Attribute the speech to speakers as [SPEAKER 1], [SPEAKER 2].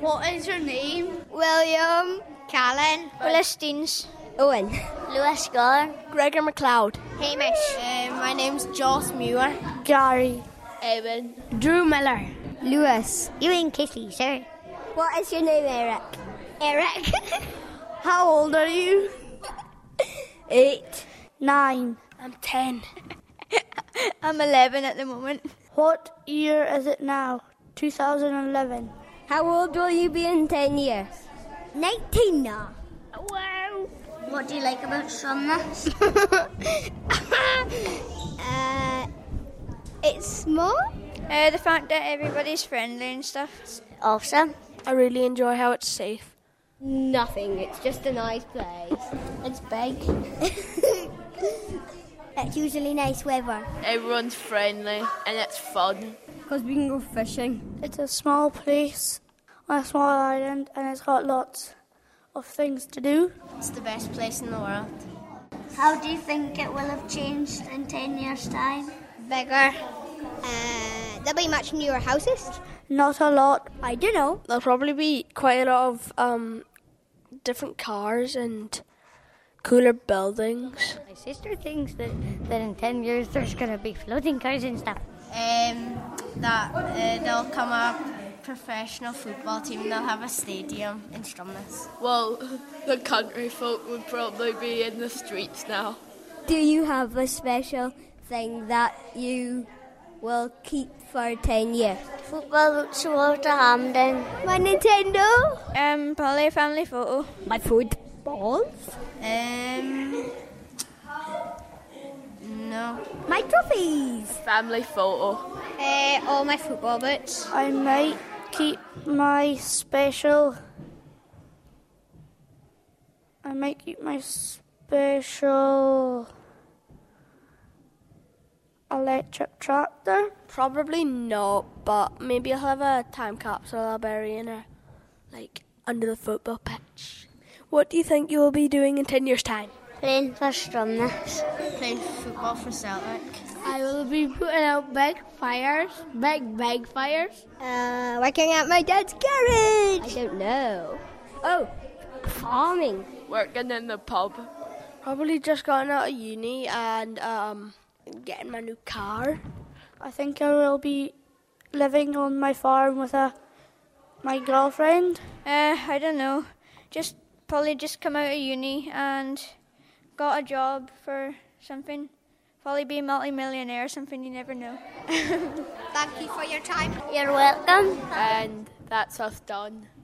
[SPEAKER 1] What is your name?
[SPEAKER 2] William. Callan. Willis Steens. Owen. Lewis Gullen. Gregor McLeod. Hamish.
[SPEAKER 1] my name's Joss Muir.
[SPEAKER 2] Gary.
[SPEAKER 1] Evan. Drew Miller.
[SPEAKER 2] Lewis. You and Kitty, sir. What is your name, Eric? Eric. How old are you? Eight. Nine.
[SPEAKER 1] I'm 10.
[SPEAKER 2] I'm 11 at the moment.
[SPEAKER 3] What year is it now? 2011.
[SPEAKER 2] How old will you be in 10 years? 19 now.
[SPEAKER 1] Wow.
[SPEAKER 2] What do you like about Stromness? uh, it's small.
[SPEAKER 4] Uh, the fact that everybody's friendly and stuff.
[SPEAKER 2] Awesome.
[SPEAKER 3] I really enjoy how it's safe.
[SPEAKER 2] Nothing, it's just a nice place. It's big. it's usually nice weather.
[SPEAKER 1] Everyone's friendly and it's fun.
[SPEAKER 2] Because we can go fishing.
[SPEAKER 3] It's a small place on a small island and it's got lots of things to do.
[SPEAKER 1] It's the best place in the world.
[SPEAKER 5] How do you think it will have changed in 10 years' time?
[SPEAKER 2] Bigger. Uh, there'll be much newer houses.
[SPEAKER 3] Not a lot.
[SPEAKER 2] I don't know.
[SPEAKER 3] There'll probably be quite a lot of um, different cars and cooler buildings.
[SPEAKER 6] My sister thinks that, that in 10 years there's going to be floating cars and stuff.
[SPEAKER 1] Um, that uh, they'll come a professional football team. They'll have a stadium in Stromness.
[SPEAKER 7] Well, the country folk would probably be in the streets now.
[SPEAKER 2] Do you have a special thing that you will keep for 10 years?
[SPEAKER 5] Football towards Hamden.
[SPEAKER 2] My Nintendo.
[SPEAKER 4] Um, probably a family photo.
[SPEAKER 2] My food. Balls.
[SPEAKER 1] Um, no.
[SPEAKER 2] My trophies.
[SPEAKER 7] Family photo.
[SPEAKER 4] Uh, all my football boots.
[SPEAKER 3] I might keep my special. I might keep my special electric tractor. Probably not, but maybe I'll have a time capsule I'll bury in her, like under the football pitch. What do you think you will be doing in ten years' time?
[SPEAKER 5] Playing for Stromness.
[SPEAKER 1] Playing football for Celtic.
[SPEAKER 3] I will be putting out big fires, big big fires.
[SPEAKER 2] Uh, working at my dad's garage. I don't know. Oh, farming.
[SPEAKER 7] Working in the pub.
[SPEAKER 3] Probably just gotten out of uni and um, getting my new car. I think I will be living on my farm with a my girlfriend.
[SPEAKER 4] Uh, I don't know. Just probably just come out of uni and got a job for something. Probably be a multi-millionaire or something. You never know.
[SPEAKER 2] Thank you for your time.
[SPEAKER 5] You're welcome.
[SPEAKER 7] And that's us done.